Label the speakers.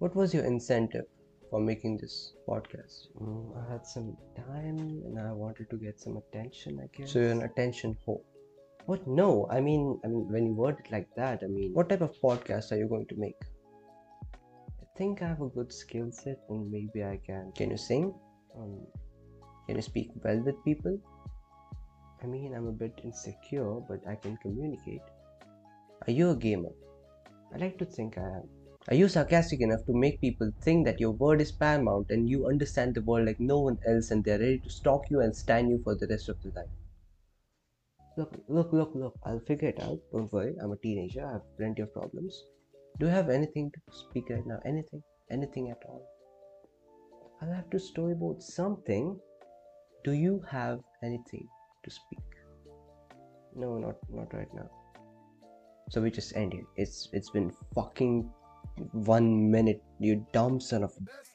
Speaker 1: What was your incentive for making this podcast?
Speaker 2: Mm, I had some time and I wanted to get some attention, I guess.
Speaker 1: So you're an attention whore.
Speaker 2: What? No, I mean, I mean, when you word it like that, I mean,
Speaker 1: What type of podcast are you going to make?
Speaker 2: I think I have a good skill set and maybe I can.
Speaker 1: Can you sing?
Speaker 2: Um,
Speaker 1: Can you speak well with people?
Speaker 2: I mean, I'm a bit insecure, but I can communicate.
Speaker 1: Are you a gamer?
Speaker 2: I like to think I am.
Speaker 1: Are you sarcastic enough to make people think that your word is paramount and you understand the world like no one else and they're ready to stalk you and stan you for the rest of their life?
Speaker 2: Look, look, look, look. I'll figure it out. Don't worry. I'm a teenager. I have plenty of problems.
Speaker 1: Do you have anything to speak right now? Anything? Anything at all?
Speaker 2: I'll have to storyboard something.
Speaker 1: Do you have anything to speak?
Speaker 2: No, not not right now.
Speaker 1: So we just end here. It's it's been fucking one minute, you dumb son of a